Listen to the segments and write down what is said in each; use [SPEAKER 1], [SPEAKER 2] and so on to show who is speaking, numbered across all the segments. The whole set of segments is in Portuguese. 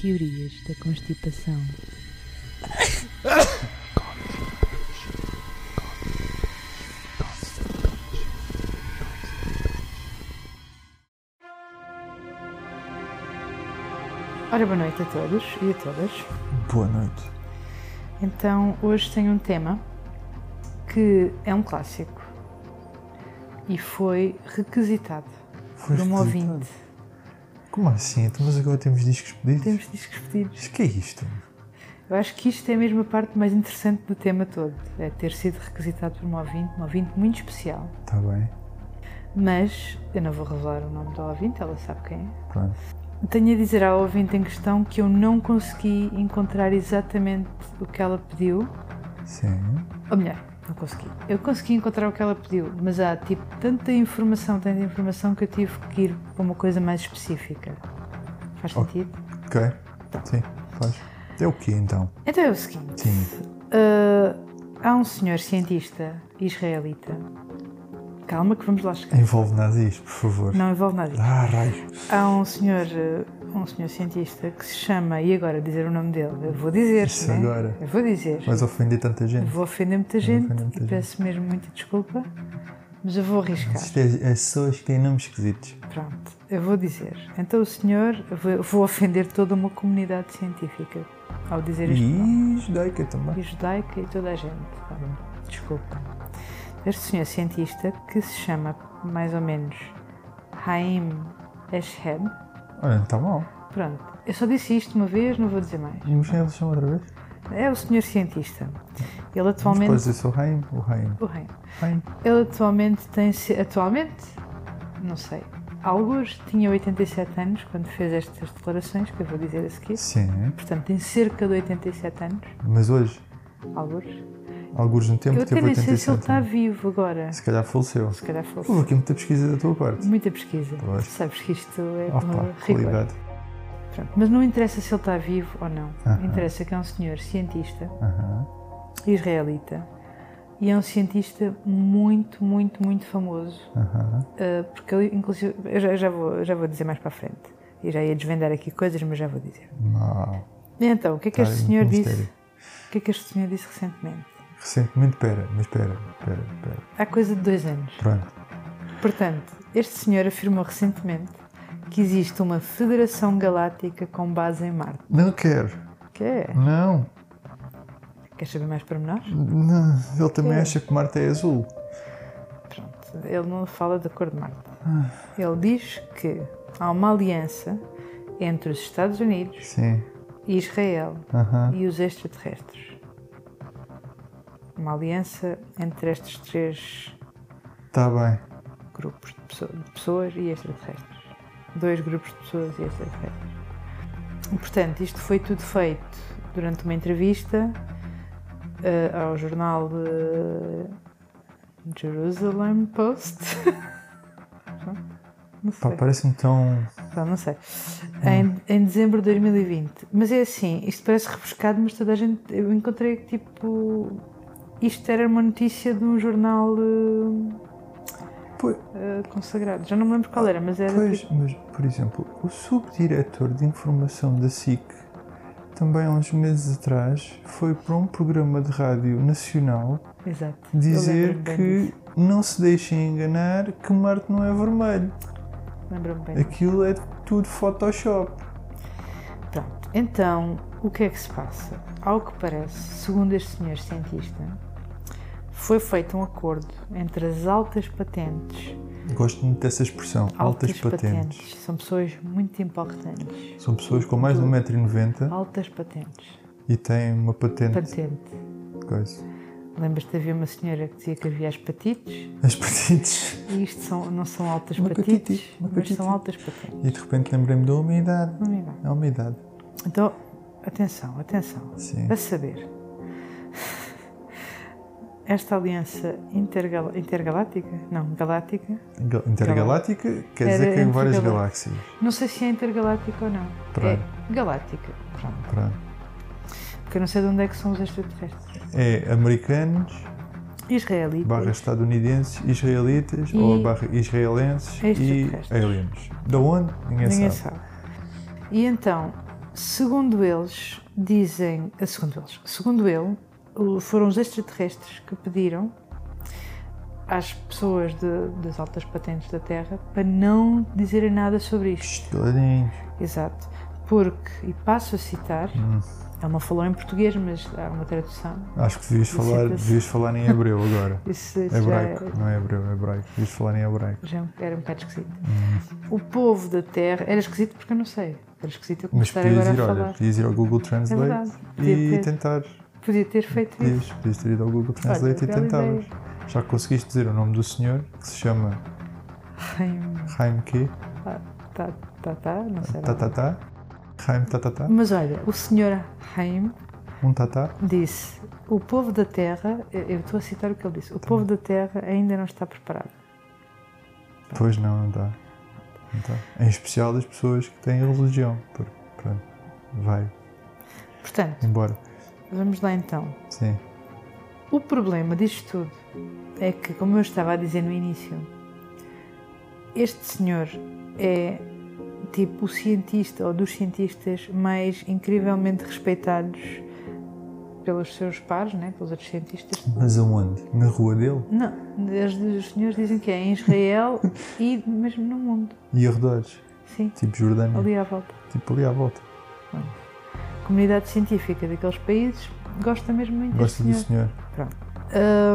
[SPEAKER 1] Teorias da constipação. Ora, boa noite a todos e a todas.
[SPEAKER 2] Boa noite.
[SPEAKER 1] Então, hoje tenho um tema que é um clássico e foi requisitado por
[SPEAKER 2] Foste
[SPEAKER 1] um ouvinte.
[SPEAKER 2] Como assim? Então, mas agora temos discos pedidos?
[SPEAKER 1] Temos discos pedidos.
[SPEAKER 2] Mas que é isto?
[SPEAKER 1] Eu acho que isto é mesmo a parte mais interessante do tema todo. É ter sido requisitado por um ouvinte, um ouvinte muito especial.
[SPEAKER 2] Está Tá bem,
[SPEAKER 1] Mas eu não vou revelar o nome da ouvinte, ela sabe quem é.
[SPEAKER 2] pronto.
[SPEAKER 1] Tenho a dizer à ouvinte em questão que eu não consegui encontrar exatamente o que ela pediu.
[SPEAKER 2] Sim.
[SPEAKER 1] Ou melhor, não consegui. Eu consegui encontrar o que ela pediu, mas há tipo tanta informação, tanta informação que eu tive que ir para uma coisa mais específica. Faz
[SPEAKER 2] Ok.
[SPEAKER 1] sentido?
[SPEAKER 2] Ok. Sim, faz. É o quê então?
[SPEAKER 1] Então é o seguinte:
[SPEAKER 2] Sim.
[SPEAKER 1] ah, há um senhor cientista israelita. Calma, que vamos lá chegar.
[SPEAKER 2] Envolve nazis, por favor.
[SPEAKER 1] Não envolve nada disso.
[SPEAKER 2] Ah, raios.
[SPEAKER 1] Há um senhor, eh, um senhor cientista que se chama, e agora dizer o nome dele, eu vou dizer,
[SPEAKER 2] Isso
[SPEAKER 1] né?
[SPEAKER 2] agora.
[SPEAKER 1] eu vou dizer,
[SPEAKER 2] Vais ofender tanta gente.
[SPEAKER 1] vou ofender muita gente,
[SPEAKER 2] ofender muita
[SPEAKER 1] e peço mesmo muita desculpa, mas eu vou arriscar,
[SPEAKER 2] Isto é, é pessoas que têm nomes esquisitos.
[SPEAKER 1] pronto, eu vou dizer. Então o senhor, eu vou- eu vou ofender toda uma comunidade científica ao
[SPEAKER 2] Hum.
[SPEAKER 1] dizer este nome,
[SPEAKER 2] E judaica também.
[SPEAKER 1] e judaica e toda a gente, tá bom? desculpa. Este senhor cientista que se chama, mais ou menos, Haim Eshed,
[SPEAKER 2] Olha, não está mal.
[SPEAKER 1] pronto, eu só disse isto uma vez, não vou dizer mais.
[SPEAKER 2] E mas quem eles são outra vez?
[SPEAKER 1] É o senhor cientista. Ele
[SPEAKER 2] Mas
[SPEAKER 1] atualmente.
[SPEAKER 2] podes dizer só Raim ou Raim?
[SPEAKER 1] O rei.
[SPEAKER 2] Raim.
[SPEAKER 1] Ele atualmente tem. se- Atualmente? Não sei. Alguns tinha 87 anos quando fez estas declarações, que eu vou dizer a seguir.
[SPEAKER 2] Sim.
[SPEAKER 1] Portanto, tem cerca de 87 anos.
[SPEAKER 2] Mas hoje,
[SPEAKER 1] Alguns.
[SPEAKER 2] alguns no tempo,
[SPEAKER 1] Eu até
[SPEAKER 2] teve
[SPEAKER 1] nem sei
[SPEAKER 2] 87.
[SPEAKER 1] se ele tá está
[SPEAKER 2] né?
[SPEAKER 1] vivo agora.
[SPEAKER 2] Se calhar faleceu.
[SPEAKER 1] Se calhar fosse.
[SPEAKER 2] Houve aqui muita pesquisa da tua parte.
[SPEAKER 1] Muita pesquisa.
[SPEAKER 2] Pois.
[SPEAKER 1] Sabes que isto é uma
[SPEAKER 2] Opa,
[SPEAKER 1] rigor.
[SPEAKER 2] qualidade.
[SPEAKER 1] Pronto. Mas não interessa se ele está vivo ou não.
[SPEAKER 2] Aham.
[SPEAKER 1] Interessa que é um senhor cientista
[SPEAKER 2] Aham.
[SPEAKER 1] israelita e é um cientista muito, muito, muito famoso.
[SPEAKER 2] Aham.
[SPEAKER 1] Uh, porque ele, inclusive, eu já, eu já vou, eu já vou dizer mais para a frente. E já ia desvendar aqui coisas, mas já vou dizer.
[SPEAKER 2] Mal.
[SPEAKER 1] Então, o que é que
[SPEAKER 2] Tá,
[SPEAKER 1] este
[SPEAKER 2] é muito
[SPEAKER 1] senhor disse?
[SPEAKER 2] mistério.
[SPEAKER 1] O que é que este senhor disse recentemente?
[SPEAKER 2] Recentemente, pera, mas pera, pera, pera.
[SPEAKER 1] Há coisa de dois anos.
[SPEAKER 2] Pronto.
[SPEAKER 1] Portanto, este senhor afirmou recentemente que existe uma federação galáctica com base em Marte.
[SPEAKER 2] Não quero.
[SPEAKER 1] Que é?
[SPEAKER 2] Não.
[SPEAKER 1] Queres saber mais pormenores?
[SPEAKER 2] Não. Ele também acha que Marte é azul.
[SPEAKER 1] Pronto, ele não fala da cor de Marte. Ele diz que há uma aliança entre os Estados Unidos,
[SPEAKER 2] Sim.
[SPEAKER 1] e Israel
[SPEAKER 2] Aham.
[SPEAKER 1] e os extraterrestres. Uma aliança entre estes três
[SPEAKER 2] Tá bem.
[SPEAKER 1] grupos de pesso- de pessoas e extraterrestres. Dois grupos de pessoas e extraterrestres. E, Portanto, isto foi tudo feito durante uma entrevista eh, ao jornal eh, Jerusalem Post. Não sei.
[SPEAKER 2] Pá, parece-me tão.
[SPEAKER 1] Pá, não sei. Em, em dezembro de 2020. Mas é assim, isto parece refrescado, mas toda a gente. Eu encontrei que tipo. Isto era uma notícia de um jornal eh,
[SPEAKER 2] Pois,
[SPEAKER 1] eh, consagrado. Já não me lembro qual era, mas era.
[SPEAKER 2] Ah, pois,
[SPEAKER 1] tipo-
[SPEAKER 2] mas, por exemplo, o subdiretor de informação da SIC, também há uns meses atrás, foi para um programa de rádio nacional
[SPEAKER 1] tipo, Exato. eu
[SPEAKER 2] dizer
[SPEAKER 1] lembro-me bem
[SPEAKER 2] que
[SPEAKER 1] disso.
[SPEAKER 2] não se deixem enganar que Marte não é vermelho.
[SPEAKER 1] Lembro-me bem.
[SPEAKER 2] Aquilo é tudo Photoshop.
[SPEAKER 1] Pronto. Então, o que é que se passa? Ao que parece, segundo este senhor cientista, foi feito um acordo entre as altas patentes.
[SPEAKER 2] Gosto muito dessa expressão, altas, patentes.
[SPEAKER 1] São pessoas muito importantes.
[SPEAKER 2] São pessoas com mais de 1,90m
[SPEAKER 1] Altas patentes.
[SPEAKER 2] e têm uma patente.
[SPEAKER 1] Patente.
[SPEAKER 2] de Coisa.
[SPEAKER 1] Lembras-te havia uma senhora que dizia que havia as patites?
[SPEAKER 2] As patentes.
[SPEAKER 1] E isto são- não são altas
[SPEAKER 2] Uma
[SPEAKER 1] patites,
[SPEAKER 2] patite, uma
[SPEAKER 1] mas
[SPEAKER 2] patite.
[SPEAKER 1] são altas patentes.
[SPEAKER 2] E de repente lembrei-me da umidade.
[SPEAKER 1] Não me dá.
[SPEAKER 2] É a umidade.
[SPEAKER 1] Então, atenção, atenção.
[SPEAKER 2] Sim.
[SPEAKER 1] A saber, esta aliança intergal- intergaláctica, não, galáctica,
[SPEAKER 2] Gal- Intergaláctica quer dizer
[SPEAKER 1] Era
[SPEAKER 2] que há várias
[SPEAKER 1] intergalá-
[SPEAKER 2] galáxias.
[SPEAKER 1] não sei se é intergaláctica ou não.
[SPEAKER 2] Pronto.
[SPEAKER 1] É galáctica, pronto.
[SPEAKER 2] Pronto.
[SPEAKER 1] Porque eu não sei de onde é que são os extraterrestres.
[SPEAKER 2] É americanos,
[SPEAKER 1] Israelitas.
[SPEAKER 2] barra estadunidenses, israelitas ou barra israelenses e
[SPEAKER 1] extraterrestres.
[SPEAKER 2] aliens. Da onde? Ninguém,
[SPEAKER 1] Ninguém
[SPEAKER 2] sabe.
[SPEAKER 1] sabe. E então, Segundo eles, dizem. eh, Segundo eles, segundo ele, o- foram os extraterrestres que pediram às pessoas de- das altas patentes da Terra para não dizerem nada sobre isto.
[SPEAKER 2] Psst, caladinhos.
[SPEAKER 1] Exato. Porque, e passo a citar,
[SPEAKER 2] Hum.
[SPEAKER 1] ela falou em português, mas há uma tradução.
[SPEAKER 2] Acho que devias falar,
[SPEAKER 1] Senta-se.
[SPEAKER 2] devias falar em hebreu agora.
[SPEAKER 1] Isso, isso já, é-
[SPEAKER 2] Hebraico, não é hebreu, é hebraico. Devias falar em hebraico.
[SPEAKER 1] já era um bocado esquisito.
[SPEAKER 2] Hum.
[SPEAKER 1] O povo da Terra. Era esquisito porque eu não sei. Era esquisito eu
[SPEAKER 2] Mas
[SPEAKER 1] começar
[SPEAKER 2] podias
[SPEAKER 1] agora a
[SPEAKER 2] ir,
[SPEAKER 1] falar.
[SPEAKER 2] olha, podias ir ao Google
[SPEAKER 1] é
[SPEAKER 2] Translate
[SPEAKER 1] verdade.
[SPEAKER 2] e
[SPEAKER 1] Podia ter,
[SPEAKER 2] tentar.
[SPEAKER 1] podia ter feito isso.
[SPEAKER 2] Podias, podias ter ido ao Google Translate e
[SPEAKER 1] bela
[SPEAKER 2] tentavas. Já conseguiste dizer o nome do senhor, que se chama
[SPEAKER 1] Ai,
[SPEAKER 2] Heimke
[SPEAKER 1] Tá, tá, tá, não sei. lá.
[SPEAKER 2] Tatata. Heim Tatata.
[SPEAKER 1] Mas olha, o senhor Haim
[SPEAKER 2] Um tatá.
[SPEAKER 1] disse: o povo da Terra, eu eu estou a citar o que ele disse,
[SPEAKER 2] Tá
[SPEAKER 1] o povo da Terra ainda não está preparado.
[SPEAKER 2] Pois não, não dá. Não dá. Em especial das pessoas que têm religião. Porque, pronto, vai
[SPEAKER 1] Portanto,
[SPEAKER 2] embora.
[SPEAKER 1] vamos lá então.
[SPEAKER 2] Sim.
[SPEAKER 1] O problema disto tudo é que, como eu estava a dizer no início, este senhor é tipo o cientista ou dos cientistas mais incrivelmente respeitados pelos seus pares, né? pelos outros cientistas.
[SPEAKER 2] Mas aonde? Na rua dele?
[SPEAKER 1] Não, os, os senhores dizem que é em Israel e mesmo no mundo.
[SPEAKER 2] E arredores?
[SPEAKER 1] Sim,
[SPEAKER 2] Tipo Jordânia?
[SPEAKER 1] ali à volta.
[SPEAKER 2] Tipo ali à volta.
[SPEAKER 1] A comunidade científica daqueles países gosta mesmo muito
[SPEAKER 2] Gosto do
[SPEAKER 1] deste senhor.
[SPEAKER 2] senhor.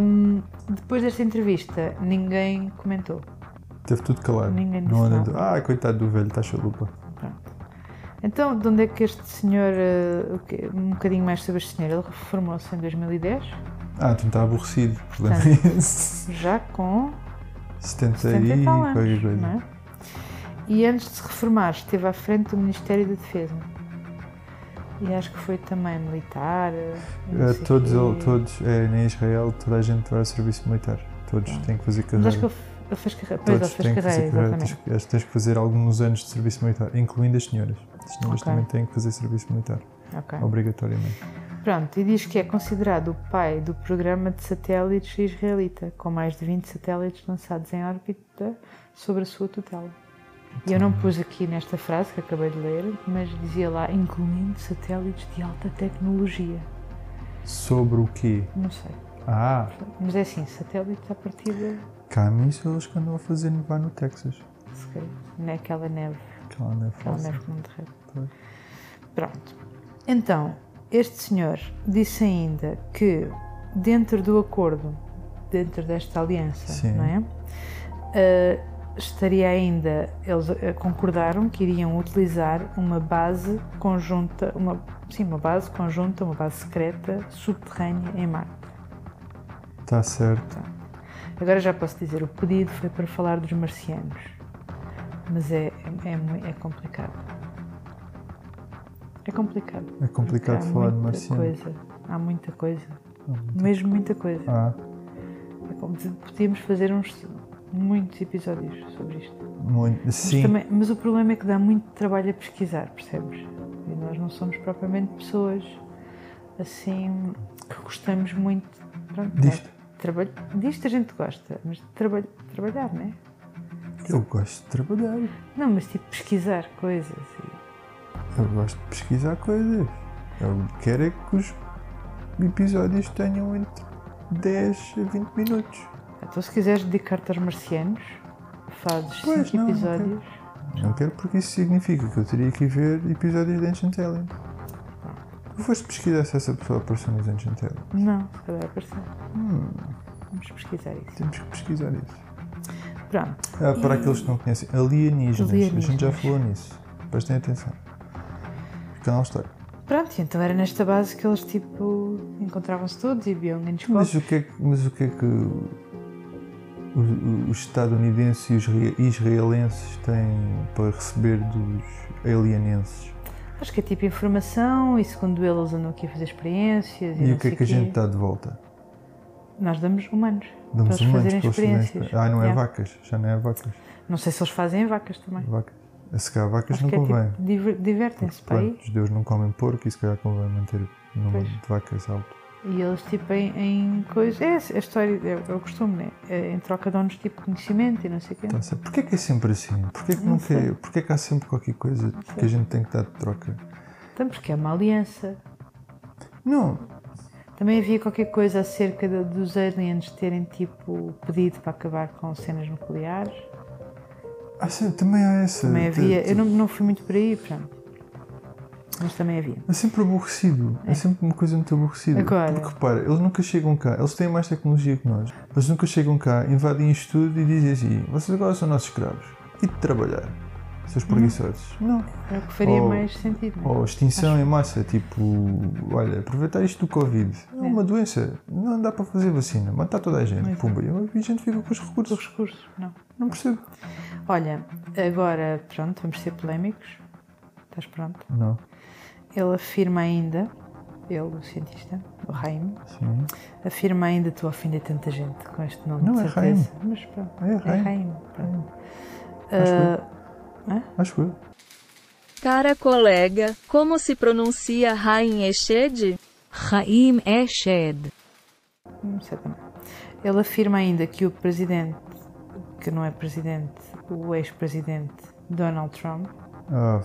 [SPEAKER 1] Hum, depois desta entrevista, ninguém comentou.
[SPEAKER 2] Teve tudo calado.
[SPEAKER 1] Ninguém disse
[SPEAKER 2] não anda
[SPEAKER 1] nada.
[SPEAKER 2] do- Ah, coitado do velho, está chalupa.
[SPEAKER 1] Pronto. Então, de onde é que este senhor. eh, o quê? Um bocadinho mais sobre este senhor. Ele reformou-se em 2010,
[SPEAKER 2] Ah, tu está aborrecido. O problema
[SPEAKER 1] Portanto,
[SPEAKER 2] é esse.
[SPEAKER 1] já com
[SPEAKER 2] 70
[SPEAKER 1] 70
[SPEAKER 2] e
[SPEAKER 1] Tá. e tal
[SPEAKER 2] qualquer
[SPEAKER 1] anos.
[SPEAKER 2] coisa.
[SPEAKER 1] Não é? E antes de se reformar, esteve à frente do Ministério da Defesa. E acho que foi também militar. eh, não
[SPEAKER 2] Eh,
[SPEAKER 1] sei
[SPEAKER 2] todos,
[SPEAKER 1] quê.
[SPEAKER 2] ele- todos é, em Israel, toda a gente vai ao serviço militar. Todos têm que fazer
[SPEAKER 1] Mas
[SPEAKER 2] carreira.
[SPEAKER 1] acho que ele, f- ele fez carreira. Pois, ele
[SPEAKER 2] eh, Todos
[SPEAKER 1] fez
[SPEAKER 2] têm que
[SPEAKER 1] carreira,
[SPEAKER 2] fazer carreira. Tens,
[SPEAKER 1] exatamente.
[SPEAKER 2] que- acho que tens que fazer alguns anos de serviço militar, incluindo as senhoras. As senhoras
[SPEAKER 1] Ok.
[SPEAKER 2] também têm que fazer serviço militar,
[SPEAKER 1] Ok.
[SPEAKER 2] obrigatoriamente.
[SPEAKER 1] Pronto, e diz que é considerado o pai do programa de satélites israelita, com mais de 20 satélites lançados em órbita sobre a sua tutela. E eu não pus aqui nesta frase que acabei de ler, mas dizia lá, incluindo satélites de alta tecnologia.
[SPEAKER 2] Sobre o quê?
[SPEAKER 1] Não sei.
[SPEAKER 2] Ah,
[SPEAKER 1] Mas é assim, satélites à partida,
[SPEAKER 2] cá a mim são eles que andam a fazer nevar no Texas.
[SPEAKER 1] se calhar, naquela neve,
[SPEAKER 2] Aquela neve
[SPEAKER 1] aquela
[SPEAKER 2] falsa.
[SPEAKER 1] neve que não é. derrete.
[SPEAKER 2] Pois.
[SPEAKER 1] um Pronto. Então, este senhor disse ainda que dentro do acordo, dentro desta aliança,
[SPEAKER 2] Sim.
[SPEAKER 1] não é? Eh, estaria ainda, eles eh, concordaram que iriam utilizar uma base conjunta, uma, sim, uma base conjunta, uma base secreta subterrânea em Marte.
[SPEAKER 2] Está Tá certo. É
[SPEAKER 1] Agora já posso dizer, o pedido foi para falar dos marcianos, mas é, é, é, mui- é complicado. É complicado.
[SPEAKER 2] É complicado
[SPEAKER 1] Há
[SPEAKER 2] falar de
[SPEAKER 1] muita
[SPEAKER 2] marciano.
[SPEAKER 1] Coisa. Há muita coisa.
[SPEAKER 2] Há muita-
[SPEAKER 1] Mesmo muita coisa.
[SPEAKER 2] Ah,
[SPEAKER 1] É como se- Podíamos fazer uns muitos episódios sobre isto.
[SPEAKER 2] muito. Sim.
[SPEAKER 1] Mas, também- mas o problema é que dá muito trabalho a pesquisar, percebes? E nós não somos propriamente pessoas assim que gostamos muito. Pronto, não é?
[SPEAKER 2] Disto.
[SPEAKER 1] Trabalho, disto a gente gosta, mas de trabalho, trabalhar, não é?
[SPEAKER 2] Eu gosto de trabalhar.
[SPEAKER 1] Não, mas tipo pesquisar coisas. e-
[SPEAKER 2] Eu gosto de pesquisar coisas. Eu quero é que os episódios tenham entre 10 a 20 minutos.
[SPEAKER 1] Então, se quiseres dedicar-te aos marcianos, fazes
[SPEAKER 2] Pois,
[SPEAKER 1] cinco
[SPEAKER 2] não, não quero.
[SPEAKER 1] episódios.
[SPEAKER 2] Não quero porque isso significa que eu teria que ir ver episódios de Ancient Alien. Tu foste pesquisar se essa pessoa apareceu nos Ancient Alien.
[SPEAKER 1] Não, se calhar apareceu.
[SPEAKER 2] Hum,
[SPEAKER 1] Vamos pesquisar isso.
[SPEAKER 2] temos que pesquisar isso.
[SPEAKER 1] Pronto.
[SPEAKER 2] Ah, para aqueles que não conhecem, alienígenas. A gente já
[SPEAKER 1] Alienígenas.
[SPEAKER 2] falou nisso. Prestem atenção. Canal História.
[SPEAKER 1] Pronto, e então era nesta base que eles tipo encontravam-se todos e viam em
[SPEAKER 2] Mas
[SPEAKER 1] descobre.
[SPEAKER 2] o que é que, mas o que, é que o- o- os estadunidenses e os re- israelenses têm para receber dos alienenses?
[SPEAKER 1] Acho que é tipo informação e segundo ele eles andam aqui a fazer experiências e,
[SPEAKER 2] E
[SPEAKER 1] não
[SPEAKER 2] o que é
[SPEAKER 1] sei
[SPEAKER 2] que a
[SPEAKER 1] quê.
[SPEAKER 2] gente dá de volta?
[SPEAKER 1] Nós damos humanos. para
[SPEAKER 2] Damos
[SPEAKER 1] eles
[SPEAKER 2] humanos
[SPEAKER 1] fazerem
[SPEAKER 2] para eles fazerem
[SPEAKER 1] experiências.
[SPEAKER 2] Ah, não é
[SPEAKER 1] Yeah.
[SPEAKER 2] vacas. Já não é vacas.
[SPEAKER 1] Não sei se eles fazem vacas também.
[SPEAKER 2] Vacas. A secar vacas
[SPEAKER 1] Acho
[SPEAKER 2] não
[SPEAKER 1] que é
[SPEAKER 2] convém.
[SPEAKER 1] tipo diver- divertem-se para aí
[SPEAKER 2] Pronto, os deuses não comem porco e se calhar convém manter o número
[SPEAKER 1] Pois.
[SPEAKER 2] de vacas alto.
[SPEAKER 1] e eles tipo em, em coisas. É a história, é, é o costume, né? É, em troca dão-nos tipo conhecimento e não sei o quê.
[SPEAKER 2] Tá certo. Porquê que é sempre assim? Porquê que, nunca é- porquê que há sempre qualquer coisa que a gente tem que dar de troca?
[SPEAKER 1] Então, porque é uma aliança.
[SPEAKER 2] Não,
[SPEAKER 1] Também havia qualquer coisa acerca de- dos aliens terem, tipo, pedido para acabar com cenas nucleares.
[SPEAKER 2] ah, sim, também há essa.
[SPEAKER 1] Também
[SPEAKER 2] Te-
[SPEAKER 1] havia.
[SPEAKER 2] te-
[SPEAKER 1] Eu não, não fui muito por aí, pronto. Mas também havia.
[SPEAKER 2] É sempre aborrecido. É. sempre uma coisa muito aborrecida.
[SPEAKER 1] Agora.
[SPEAKER 2] Porque repara, eles nunca chegam cá. Eles têm mais tecnologia que nós. Mas nunca chegam cá, invadem isto tudo e dizem assim: vocês agora são nossos escravos. E de trabalhar.
[SPEAKER 1] Hum.
[SPEAKER 2] Seus preguiçosos. Não.
[SPEAKER 1] É o que faria
[SPEAKER 2] Oh.
[SPEAKER 1] mais sentido. não é?
[SPEAKER 2] Ou extinção em massa. Tipo, olha, aproveitar isto do Covid. É, uma doença. Não dá para fazer vacina. Matar toda a gente. Pumba. E a gente fica com os recursos.
[SPEAKER 1] Os recursos, não.
[SPEAKER 2] Não percebo.
[SPEAKER 1] Olha, agora, pronto, vamos ser polémicos. Estás pronto?
[SPEAKER 2] Não.
[SPEAKER 1] Ele afirma ainda, ele, o cientista, o Raim,
[SPEAKER 2] Sim.
[SPEAKER 1] afirma ainda, estou a ofender tanta gente com este nome,
[SPEAKER 2] Não,
[SPEAKER 1] de
[SPEAKER 2] é
[SPEAKER 1] certeza. Mas pronto,
[SPEAKER 2] É Raim.
[SPEAKER 1] Raim, pronto.
[SPEAKER 2] Acho
[SPEAKER 1] Ah,
[SPEAKER 2] Acho eu.
[SPEAKER 3] Cara colega, como se pronuncia Rain Eshed?
[SPEAKER 4] Chaim Eshed.
[SPEAKER 1] não sei também. Ele afirma ainda que o presidente, que não é presidente, o ex-presidente Donald Trump,
[SPEAKER 2] Ah,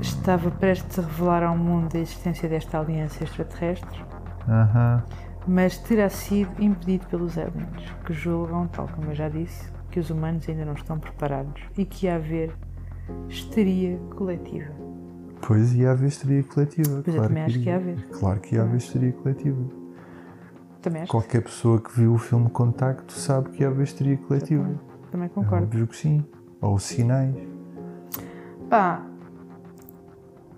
[SPEAKER 1] estava prestes a revelar ao mundo a existência desta aliança extraterrestre,
[SPEAKER 2] Aham.
[SPEAKER 1] mas terá sido impedido pelos aliens, que julgam, tal como eu já disse, que os humanos ainda não estão preparados e que ia haver histeria coletiva.
[SPEAKER 2] Pois ia haver histeria coletiva.
[SPEAKER 1] Pois eu também acho que ia haver.
[SPEAKER 2] Claro que ia haver histeria coletiva.
[SPEAKER 1] Também acho,
[SPEAKER 2] Qualquer pessoa que viu o filme Contacto sabe que ia haver histeria coletiva.
[SPEAKER 1] também concordo.
[SPEAKER 2] Óbvio que sim. Ou sinais. Uhum.
[SPEAKER 1] Pá,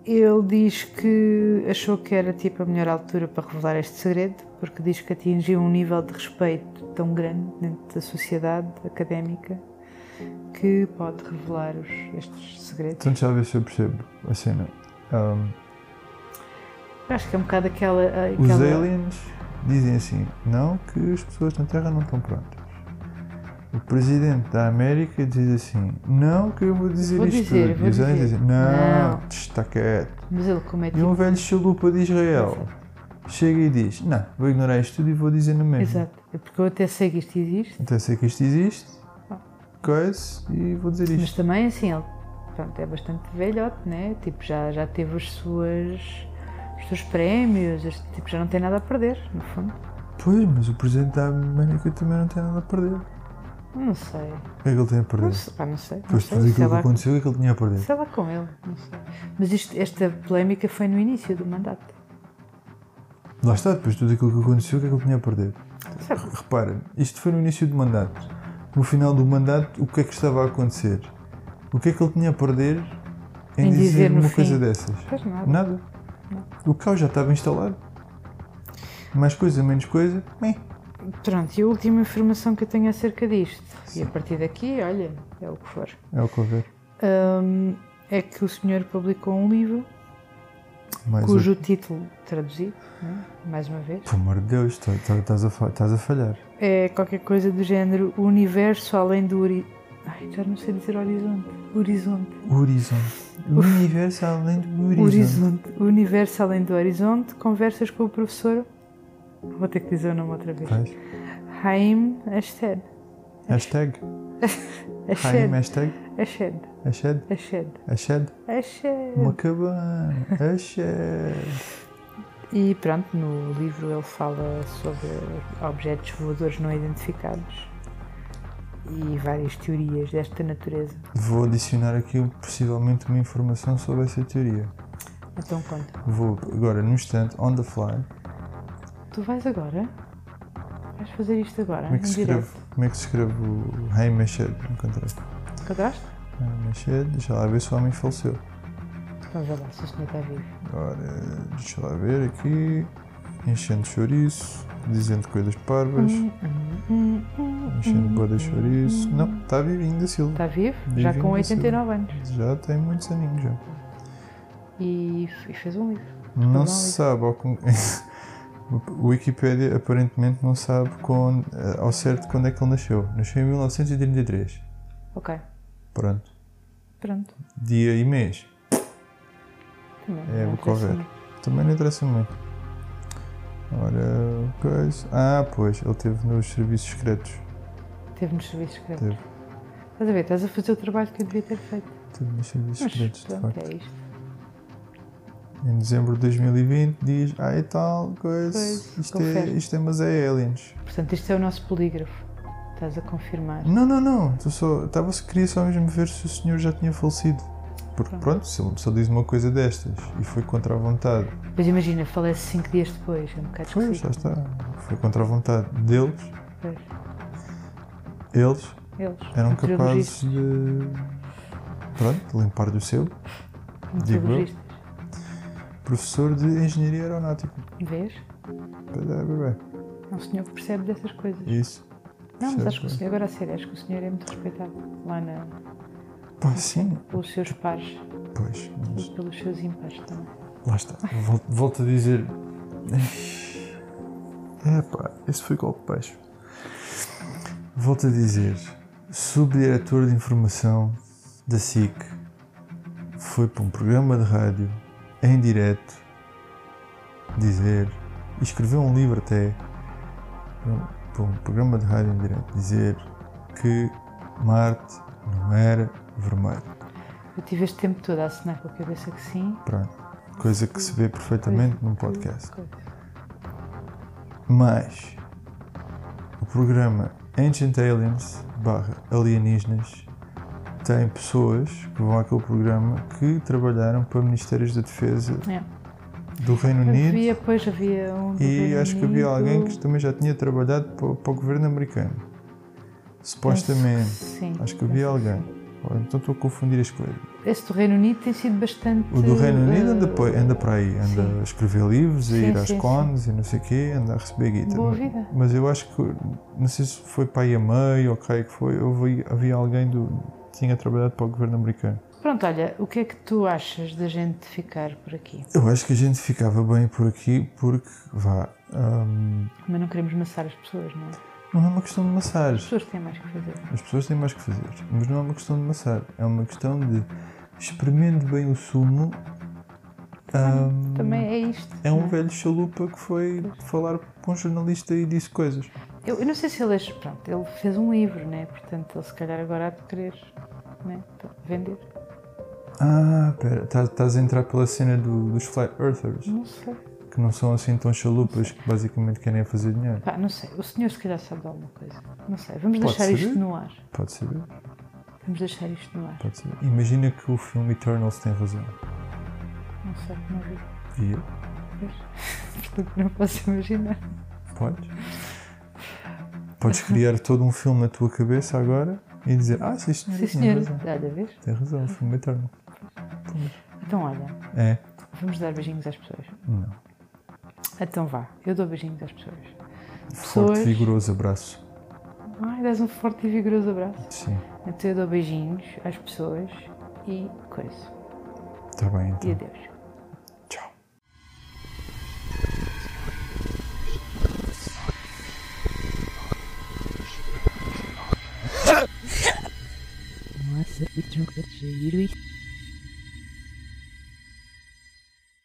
[SPEAKER 1] ele diz que achou que era tipo a melhor altura para revelar este segredo, porque diz que atingiu um nível de respeito tão grande dentro da sociedade académica que pode revelar os, estes segredos.
[SPEAKER 2] Então já vê se eu percebo a cena. Ahm,
[SPEAKER 1] Eu Acho que é um bocado aquela.
[SPEAKER 2] os
[SPEAKER 1] aquela-
[SPEAKER 2] aliens dizem assim, não, que as pessoas na Terra não estão prontas. O presidente da América diz assim, não, que eu vou dizer
[SPEAKER 1] Vou
[SPEAKER 2] isto
[SPEAKER 1] dizer,
[SPEAKER 2] tudo.
[SPEAKER 1] vou
[SPEAKER 2] e os aliens
[SPEAKER 1] dizer.
[SPEAKER 2] dizem, não,
[SPEAKER 1] Não.
[SPEAKER 2] está quieto.
[SPEAKER 1] Mas ele, como é
[SPEAKER 2] E
[SPEAKER 1] tipo.
[SPEAKER 2] um velho chalupa de Israel chega e diz: Não, vou ignorar isto tudo e vou dizer no mesmo.
[SPEAKER 1] Exato. É porque eu até sei que isto existe,
[SPEAKER 2] Então sei que isto existe, coisa, e vou dizer
[SPEAKER 1] mas
[SPEAKER 2] isto.
[SPEAKER 1] também assim, ele pronto, é bastante velhote, né? Tipo, já, já teve as suas. Os seus prémios, este tipo já não tem nada a perder, no fundo.
[SPEAKER 2] Pois, mas o presidente da América também não tem nada a perder.
[SPEAKER 1] Não sei.
[SPEAKER 2] O que é que ele tem a
[SPEAKER 1] Não
[SPEAKER 2] perder?
[SPEAKER 1] sei, pá, não sei. Não
[SPEAKER 2] Depois de tudo
[SPEAKER 1] sei, sei,
[SPEAKER 2] aquilo que
[SPEAKER 1] lá,
[SPEAKER 2] aconteceu, o que é que ele tinha a perder?
[SPEAKER 1] sei lá com ele, não sei. Mas isto- esta polémica foi no início do mandato.
[SPEAKER 2] Lá está, depois de tudo aquilo que aconteceu, o que é que ele tinha a perder?
[SPEAKER 1] Sei lá.
[SPEAKER 2] Repara, isto foi no início do mandato. No final do mandato, o que é que estava a acontecer? O que é que ele tinha a perder em,
[SPEAKER 1] Em dizer
[SPEAKER 2] dizer
[SPEAKER 1] no
[SPEAKER 2] uma
[SPEAKER 1] fim.
[SPEAKER 2] coisa dessas?
[SPEAKER 1] Pois nada.
[SPEAKER 2] Nada. O caos já estava instalado. Mais coisa, menos coisa. meh.
[SPEAKER 1] Pronto, e a última informação que eu tenho acerca disto, e a partir daqui, olha, é o que for,
[SPEAKER 2] É o que houver.
[SPEAKER 1] hum, é que o senhor publicou um livro
[SPEAKER 2] Mais
[SPEAKER 1] cujo título, traduzido, né, mais uma vez,
[SPEAKER 2] Por amor de Deus, tá- tá- estás a, fa- estás a falhar.
[SPEAKER 1] é qualquer coisa do género O Universo Além do Ori... Ai, já não sei dizer horizonte. Horizonte.
[SPEAKER 2] O horizonte. O universo além do horizonte.
[SPEAKER 1] Horizonte. O Universo Além do Horizonte, conversas com o professor... Vou ter que dizer o nome outra vez.
[SPEAKER 2] Faz.
[SPEAKER 1] Haim Ashed.
[SPEAKER 2] Hashtag. Raim,
[SPEAKER 1] Ashed.
[SPEAKER 2] hashtag.
[SPEAKER 1] Ashed.
[SPEAKER 2] Hashtag.
[SPEAKER 1] Ashed.
[SPEAKER 2] Hashtag.
[SPEAKER 1] Ashed.
[SPEAKER 2] Uma cabana. Hashtag.
[SPEAKER 1] E pronto, no livro ele fala sobre objetos voadores não identificados e várias teorias desta natureza.
[SPEAKER 2] Vou adicionar aqui possivelmente uma informação sobre essa teoria.
[SPEAKER 1] Então conta.
[SPEAKER 2] Vou agora, num instante, on the fly.
[SPEAKER 1] Tu vais agora? Vais fazer isto agora?
[SPEAKER 2] Como é que
[SPEAKER 1] em
[SPEAKER 2] se
[SPEAKER 1] direto?
[SPEAKER 2] escreve? Como é que se escreve o Raim Machado? Encontrei.
[SPEAKER 1] Encontraste?
[SPEAKER 2] Raim Machado, deixa lá ver se o homem faleceu.
[SPEAKER 1] Então vê lá se o senhor está vivo.
[SPEAKER 2] Agora, deixa lá ver aqui. Enchendo chouriço, dizendo coisas parvas, enchendo boa de chouriço. Não, está vivinho da Silva.
[SPEAKER 1] Está Tá vivo?
[SPEAKER 2] Vivo
[SPEAKER 1] Já com
[SPEAKER 2] ainda, sim.
[SPEAKER 1] 89 anos.
[SPEAKER 2] Já tem muitos aninhos já.
[SPEAKER 1] E, e fez um livro.
[SPEAKER 2] Não
[SPEAKER 1] Não,
[SPEAKER 2] se
[SPEAKER 1] isso-
[SPEAKER 2] sabe ao com... O Wikipedia aparentemente não sabe quando, ao certo quando é que ele nasceu. Nasceu em 1933.
[SPEAKER 1] Ok.
[SPEAKER 2] Pronto.
[SPEAKER 1] Pronto.
[SPEAKER 2] Dia e mês.
[SPEAKER 1] Também
[SPEAKER 2] É
[SPEAKER 1] não
[SPEAKER 2] o que houver.
[SPEAKER 1] interessa muito.
[SPEAKER 2] Também não interessa muito. Ora, coisa. Ah, pois, ele teve nos serviços secretos.
[SPEAKER 1] Teve nos serviços secretos.
[SPEAKER 2] Teve.
[SPEAKER 1] Estás a ver? Estás a fazer o trabalho que eu devia ter feito.
[SPEAKER 2] Teve nos serviços
[SPEAKER 1] Mas
[SPEAKER 2] secretos, de
[SPEAKER 1] pronto,
[SPEAKER 2] facto.
[SPEAKER 1] é isto.
[SPEAKER 2] Em dezembro de 2020 diz, ah e tal, coisa,
[SPEAKER 1] Pois,
[SPEAKER 2] isto, é,
[SPEAKER 1] confere.
[SPEAKER 2] isto é, mas é aliens.
[SPEAKER 1] Portanto, este é o nosso polígrafo. Estás a confirmar.
[SPEAKER 2] Não, não, não, tu só, estava só, queria só mesmo ver se o senhor já tinha falecido. Porque
[SPEAKER 1] Pronto.
[SPEAKER 2] pronto, se ele só diz uma coisa destas e foi contra a vontade,
[SPEAKER 1] Mas imagina, falece cinco dias depois. É um bocado
[SPEAKER 2] pois, já
[SPEAKER 1] esquisito.
[SPEAKER 2] está, foi contra a vontade deles,
[SPEAKER 1] Pois.
[SPEAKER 2] eles
[SPEAKER 1] Eles.
[SPEAKER 2] eram capazes
[SPEAKER 1] meteorologistas,
[SPEAKER 2] de, pronto, de limpar do seu. digo eu.
[SPEAKER 1] meteorologistas.
[SPEAKER 2] Professor de Engenharia Aeronáutica.
[SPEAKER 1] Vês?
[SPEAKER 2] Pois é, bebê.
[SPEAKER 1] É um senhor que percebe dessas coisas.
[SPEAKER 2] Isso.
[SPEAKER 1] Não, mas
[SPEAKER 2] Percebes,
[SPEAKER 1] acho que o
[SPEAKER 2] não é?
[SPEAKER 1] senhor, agora a sério, acho que o senhor é muito respeitado lá na,
[SPEAKER 2] Pá, sim.
[SPEAKER 1] pelos seus pares
[SPEAKER 2] Pois, mas
[SPEAKER 1] e pelos seus tá? impares também.
[SPEAKER 2] Lá está. Vol- Volto a dizer. É pá, esse foi golpe baixo. Volto a dizer. Subdiretor de informação da SIC foi para um programa de rádio em direto dizer e escreveu um livro até para um- para um programa de rádio em direto dizer que Marte não era vermelho.
[SPEAKER 1] Eu tive este tempo todo a assinar com a cabeça que sim.
[SPEAKER 2] Pronto. Coisa que se vê perfeitamente num podcast.
[SPEAKER 1] Coisa.
[SPEAKER 2] Mas o programa Ancient Aliens barra Alienígenas tem pessoas que vão àquele programa que trabalharam para Ministérios da Defesa
[SPEAKER 1] É.
[SPEAKER 2] do Reino Unido
[SPEAKER 1] Havia, pois havia um. do
[SPEAKER 2] e
[SPEAKER 1] Reino
[SPEAKER 2] acho que havia alguém que
[SPEAKER 1] Unido,
[SPEAKER 2] também já tinha trabalhado para, para o governo americano.
[SPEAKER 1] penso que
[SPEAKER 2] Supostamente.
[SPEAKER 1] Sim.
[SPEAKER 2] Acho que havia
[SPEAKER 1] penso
[SPEAKER 2] alguém.
[SPEAKER 1] sim.
[SPEAKER 2] Ora, Então estou a confundir as coisas.
[SPEAKER 1] Esse do Reino Unido tem sido bastante.
[SPEAKER 2] O do Reino Unido
[SPEAKER 1] eh,
[SPEAKER 2] anda, pa- anda para aí, anda
[SPEAKER 1] sim.
[SPEAKER 2] a escrever livros, a
[SPEAKER 1] Sim,
[SPEAKER 2] ir às
[SPEAKER 1] sim, sim.
[SPEAKER 2] cons e não sei o quê, anda a receber guita.
[SPEAKER 1] Boa
[SPEAKER 2] Mas-
[SPEAKER 1] vida.
[SPEAKER 2] Mas eu acho que, não sei se foi para aí a meio, ok, que foi, eu vi, havia alguém do, que tinha trabalhado para o governo americano.
[SPEAKER 1] Pronto, olha, o que é que tu achas da gente ficar por aqui?
[SPEAKER 2] Eu acho que a gente ficava bem por aqui porque, vá, hum,
[SPEAKER 1] Mas é não queremos maçar as pessoas, não é?
[SPEAKER 2] não é uma questão de
[SPEAKER 1] As
[SPEAKER 2] massagem.
[SPEAKER 1] pessoas têm mais que fazer.
[SPEAKER 2] As pessoas têm mais que fazer, mas não é uma questão de massagem, é uma questão de experimente bem o sumo. hum,
[SPEAKER 1] Também é isto.
[SPEAKER 2] É
[SPEAKER 1] não
[SPEAKER 2] um velho chalupa que foi falar com um jornalista e disse coisas.
[SPEAKER 1] Eu, eu não sei se ele é. Pronto, ele fez um livro, né? Portanto, ele se calhar agora há de querer né? para vender.
[SPEAKER 2] Ah, pera, tá- estás a entrar pela cena do- dos Flat Earthers,
[SPEAKER 1] Não sei.
[SPEAKER 2] que não são assim tão chalupas que basicamente querem é fazer dinheiro.
[SPEAKER 1] Pá, não sei. O senhor se calhar sabe de alguma coisa. Não sei. Vamos
[SPEAKER 2] Pode
[SPEAKER 1] deixar
[SPEAKER 2] ser.
[SPEAKER 1] isto no ar.
[SPEAKER 2] Pode saber,
[SPEAKER 1] Vamos deixar isto no ar.
[SPEAKER 2] pode saber. Imagina que o filme Eternals tem razão.
[SPEAKER 1] Não sei, não vi.
[SPEAKER 2] E eu?
[SPEAKER 1] Pois. Portanto, não posso imaginar.
[SPEAKER 2] Podes? Podes criar todo um filme na tua cabeça agora e dizer, ah, sim senhor,
[SPEAKER 1] Sim,
[SPEAKER 2] tem
[SPEAKER 1] senhor.
[SPEAKER 2] razão.
[SPEAKER 1] Olha, vês?
[SPEAKER 2] Tem razão, o filme Eternal.
[SPEAKER 1] Então, olha,
[SPEAKER 2] É,
[SPEAKER 1] vamos dar beijinhos às pessoas.
[SPEAKER 2] não.
[SPEAKER 1] Então vá, eu dou beijinhos às pessoas.
[SPEAKER 2] Forte,
[SPEAKER 1] Pessoas.
[SPEAKER 2] vigoroso abraço.
[SPEAKER 1] Ai, dás um forte e vigoroso abraço.
[SPEAKER 2] Sim,
[SPEAKER 1] Então eu dou beijinhos às pessoas e coisa.
[SPEAKER 2] está bem
[SPEAKER 1] E
[SPEAKER 2] então.
[SPEAKER 1] adeus.
[SPEAKER 2] Tchau.
[SPEAKER 4] Nossa, que troca de giro.